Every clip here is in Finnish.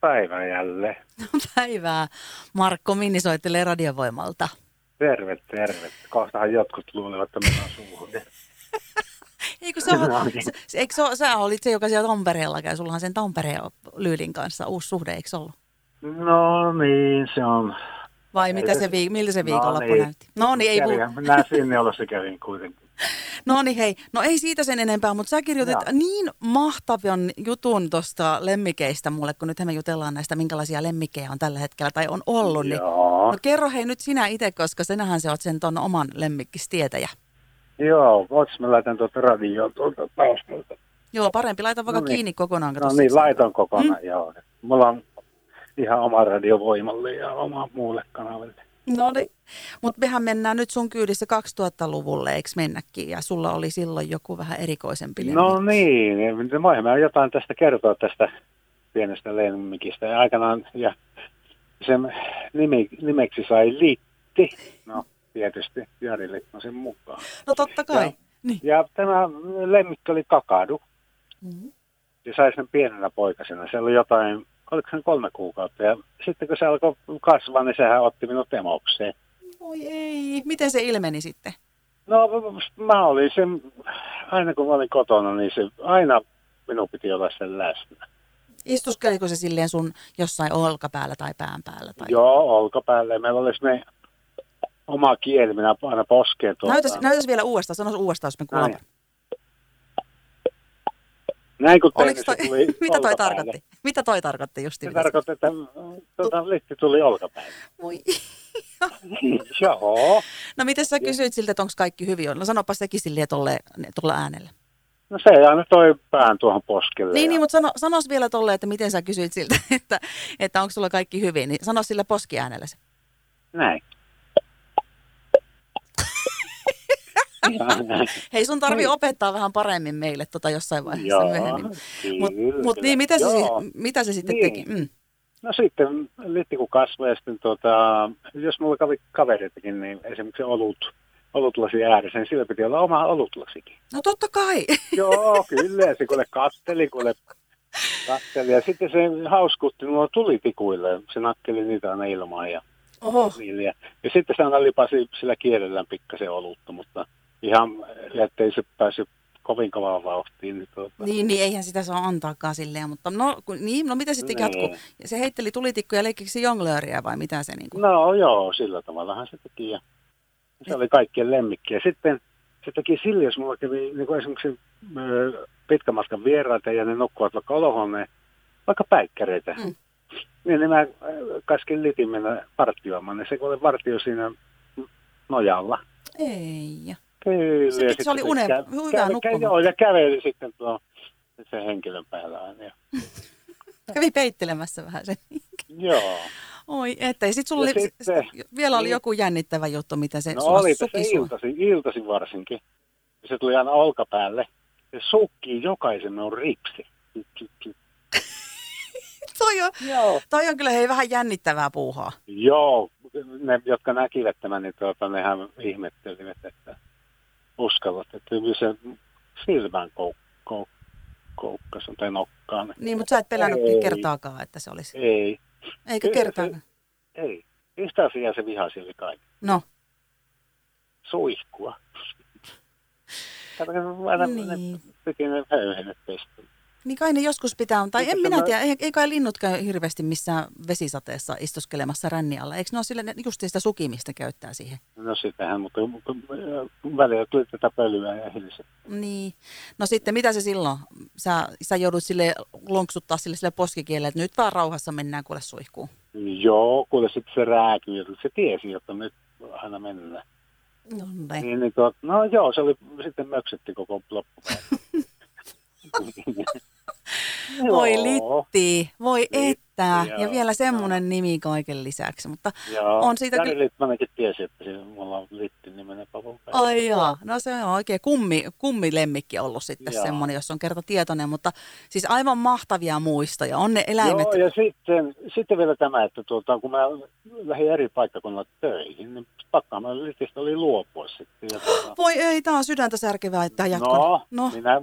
päivä No jälleen. Päivää. Markko Minni soittelee radiovoimalta. Terve, terve. Kohtahan jotkut luulevat, että minä suuhun. Eikö se, No, niin. ole, se, se- eikö se ole, sä olit se, joka siellä Tampereella käy. Sullahan sen Tampereen Lyylin kanssa uusi suhde, eikö se ollut? No niin, se on. Vai mitä Ei se- se, viik- miltä se No viikonloppu niin. näytti? No niin, ei Kävin- Minä sinne olossa kävin kuitenkin. No niin hei, no ei siitä sen enempää, mutta sä kirjoitit Joo. niin mahtavan jutun tuosta lemmikeistä mulle, kun nythän me jutellaan näistä, minkälaisia lemmikkejä on tällä hetkellä tai on ollut. Niin. Joo. No kerro hei nyt sinä itse, koska sinähän sä oot sen ton oman lemmikkistietäjä. Joo, ots mä laitan tuota radioon tuolta taustalta. Joo, parempi, laita vaikka No no niin. kiinni kokonaan. kato No siksi. niin, laitan kokonaan, Mm. joo. Mulla on ihan oma radiovoimalle ja oma muulle kanavalle. No niin. Mutta mehän mennään nyt sun kyydissä 2000-luvulle, eikö mennäkin? Ja sulla oli silloin joku vähän erikoisempi No lemmikki. niin, niin voin mä jotain tästä kertoa tästä pienestä lemmikistä. Ja aikanaan ja sen nimi, nimeksi sai Litti. No tietysti Jari Litmasen mukaan. No totta kai. Joo. Niin. Ja tämä lemmikki oli kakadu. Mhm. Se sai sen pienenä poikasena. Se oli jotain, oliko se nyt kolme kuukautta. Ja sitten kun se alkoi kasvaa, niin sehän otti minut emokseen. Voi ei, miten se ilmeni sitten? No mä olin sen, aina kun mä olin kotona, niin se aina minun piti olla sen läsnä. Istuskeliko se silleen sun jossain olkapäällä tai pään päällä? Tai... Joo, olkapäälle. Meillä oli ne oma kieli, minä aina poskeen tuota. Näytäs, näytäs vielä uudestaan, sanois uudestaan, jos me kuulemme. Näin. Näin kun Oliko tein, toi, se tuli mitä toi olkapäälle. tarkoitti? Mitä toi tarkoitti Se justiin? mitä tarkoitti, että tuota, litti tuli olkapäälle. Voi. Joo. No miten sä kysyit siltä, että onko kaikki hyvin? No sanopa sekin silleen tolle, tolle äänelle. No se aina toi pään tuohon poskelle. Niin, ja- niin mutta sano, sanos vielä tolle, että miten sä kysyit siltä, että, että onko sulla kaikki hyvin. Niin sano sillä poskiäänellä se. Näin. Hei, sun tarvii Niin. opettaa vähän paremmin meille tota jossain vaiheessa Joo, myöhemmin. Mutta kyllä. mut, niin, mitä se, Joo. si- mitä se sitten Niin. teki? Mm. No sitten litti kun kasvoi ja sitten tuota, jos mulla kävi kavereitakin, niin esimerkiksi olut, olutlasi ääressä, niin sillä piti olla oma olutlasikin. No totta kai. Joo, kyllä. Se kuule katteli, kuule katteli. Ja sitten se hauskutti nuo tulitikuille. Se nakkeli niitä aina ilmaan ja Oho. niille. Ja, ja sitten se aina lipasi sillä kielellään pikkasen olutta, mutta ihan, ettei se päässyt kovin kovaan vauhtiin. Niin tuota. Niin, niin eihän sitä saa antaakaan silleen, mutta no, kun, niin, no mitä sitten Niin. jatkuu? Se heitteli tulitikkuja, leikkikö se jonglööriä vai mitä se niin kuin? No joo, sillä tavallahan se teki. Ja se oli kaikkien lemmikki. Ja sitten se teki sillä, jos mulla kävi niin kuin esimerkiksi ö, pitkän matkan vieraita ja ne nukkuvat vaikka olohuoneen, vaikka päikkäreitä. Mm. Mm. Niin, niin mä ö, kaskin litin mennä vartioimaan. Ja se kun oli vartio siinä nojalla. Ei. ja- Kyllä. Sekin ja se sitten oli une- kä- hyvää kä- kä- nukkumaan. Joo, ja käveli sitten tuon sen henkilön päällä aina. Ja, Kävi peittelemässä vähän sen. joo. Oi, ettei. Sitten sulla Ja oli, sitten- s- vielä oli niin. joku jännittävä juttu, mitä se No sulla oli se suki sua. iltasi, iltasi varsinkin. Se tuli aina olkapäälle. Se sukkii jokaisen minun ripsi. Toi on, Joo. toi on kyllä hei vähän jännittävää puuhaa. Joo, ne, jotka näkivät tämän, niin tuota, nehän ihmettelivät, että uskallat, että kyllä se silmään kouk, kouk, koukkas on tai nokkaan. Niin, mutta sä et pelännyt ei. Ei. kertaakaan, että se olisi. Ei, Eikö Kyllä se- kertaakaan? ei. Yhtä asiaa se vihasi yli kaiken. No, Suihkua. Kato, kun aina ne Niin. teki ne höyhenet pestä. niin kai ne joskus pitää, on- tai Sitten en se minä mä- tiedä, ei, ei kai linnut käy hirveästi missään vesisateessa istuskelemassa rännialla. Eikö ne ole sille, ne just sitä sukimista käyttää siihen? No sitähän, mutta mutta, äh, välillä tuli tätä pölyä ja hilse. Niin. No sitten mitä se silloin? Sä, sä joudut sille lonksuttaa sille, sille poskikielelle, että nyt vaan rauhassa mennään kuule suihkuun. Joo, kuule sitten se rääkyi, se tiesi, että nyt aina mennään. No, ne. Niin, niin tuot, no joo, se oli, sitten möksetti koko loppupäivä. Voi Joo, litti, voi Litti, että. Ja joo, vielä semmoinen nimi kaiken lisäksi. Mutta Joo. on siitä Jari kyllä- Littmanenkin tiesi, että siinä mulla on litti nimenen pavupäivä. Ai jaa. no se on oikein kummi, kummi lemmikki ollut sitten Jaa. semmoinen, jos on kerta tietoinen, mutta siis aivan mahtavia muistoja. On ne eläimet. Joo, ja sitten, sitten vielä tämä, että tuota, kun mä lähdin eri paikkakunnalla töihin, niin pakkaamalla litistä oli luopua sitten. Ja, tuota, Voi ei, tämä on sydäntä särkevää, että jatkon. No, no. minä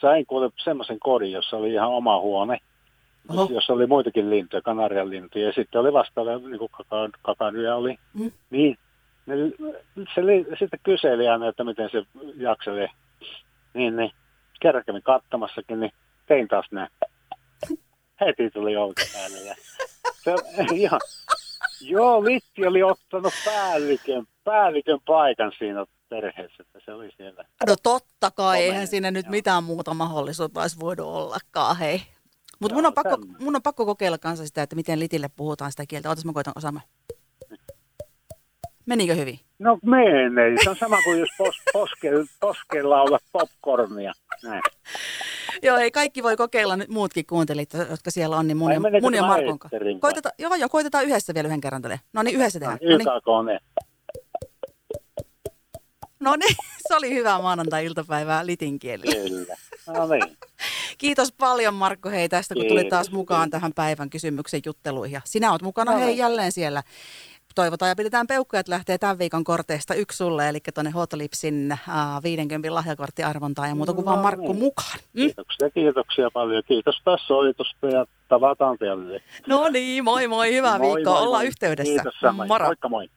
sain kuule semmoisen kodin, jossa oli ihan oma huone. Oho. jossa oli muitakin lintuja, kanarian lintuja, ja sitten oli vastaava, niin kuin kakaan, kakanyä oli, Mm. niin ne, se li, sitten kyseli aina, että miten se jakselee, niin, niin kerran kävin kattomassakin, niin tein taas näin. Heti tuli olka päälle, ja se, ihan, joo, Vitti oli ottanut päällikön, päällikön paikan siinä perheessä, että se oli siellä. No totta Komea, kai, eihän siinä nyt joo. mitään muuta mahdollisuutta olisi voinut ollakaan, hei. Mutta Joo, mun, on pakko- tämmönen. mun on pakko kokeilla kanssa sitä, että miten litille puhutaan sitä kieltä. Ootas mä koitan osaamaan. Menikö hyvin? No menee. Se on sama kuin jos pos, poske, poskella olla popcornia. Näin. Joo, ei kaikki voi kokeilla nyt muutkin kuuntelijat, jotka siellä on, niin mun, Ai, ja, meneekö mun ja tämä Markon kanssa. eetteriin vai? Koitetaan, joo, joo, koitetaan yhdessä vielä yhden kerran tälle. No niin, yhdessä Ah, tehdään. No niin. Yka kone. No niin, se oli hyvää maanantai-iltapäivää litinkielillä. Kyllä. No niin. Kiitos paljon Markko hei tästä, kun tulit Kiitos. taas mukaan tähän päivän kysymyksen jutteluihin. Ja sinä oot mukana No hei niin. jälleen siellä. Toivotaan ja pidetään peukkuja, että lähtee tämän viikon korteista yksi sulle, eli tuonne Hotlipsin äh, 50 lahjakorttiarvontaan ja muuta kuin vaan No Markku niin. mukaan. Mm? Kiitoksia, kiitoksia paljon. Kiitos tässä soitosta ja tavataan jälleen. No niin, moi moi, hyvää Moi, viikkoa, moi, ollaan moi. yhteydessä. Kiitos samoin. Moro. Moikka moi.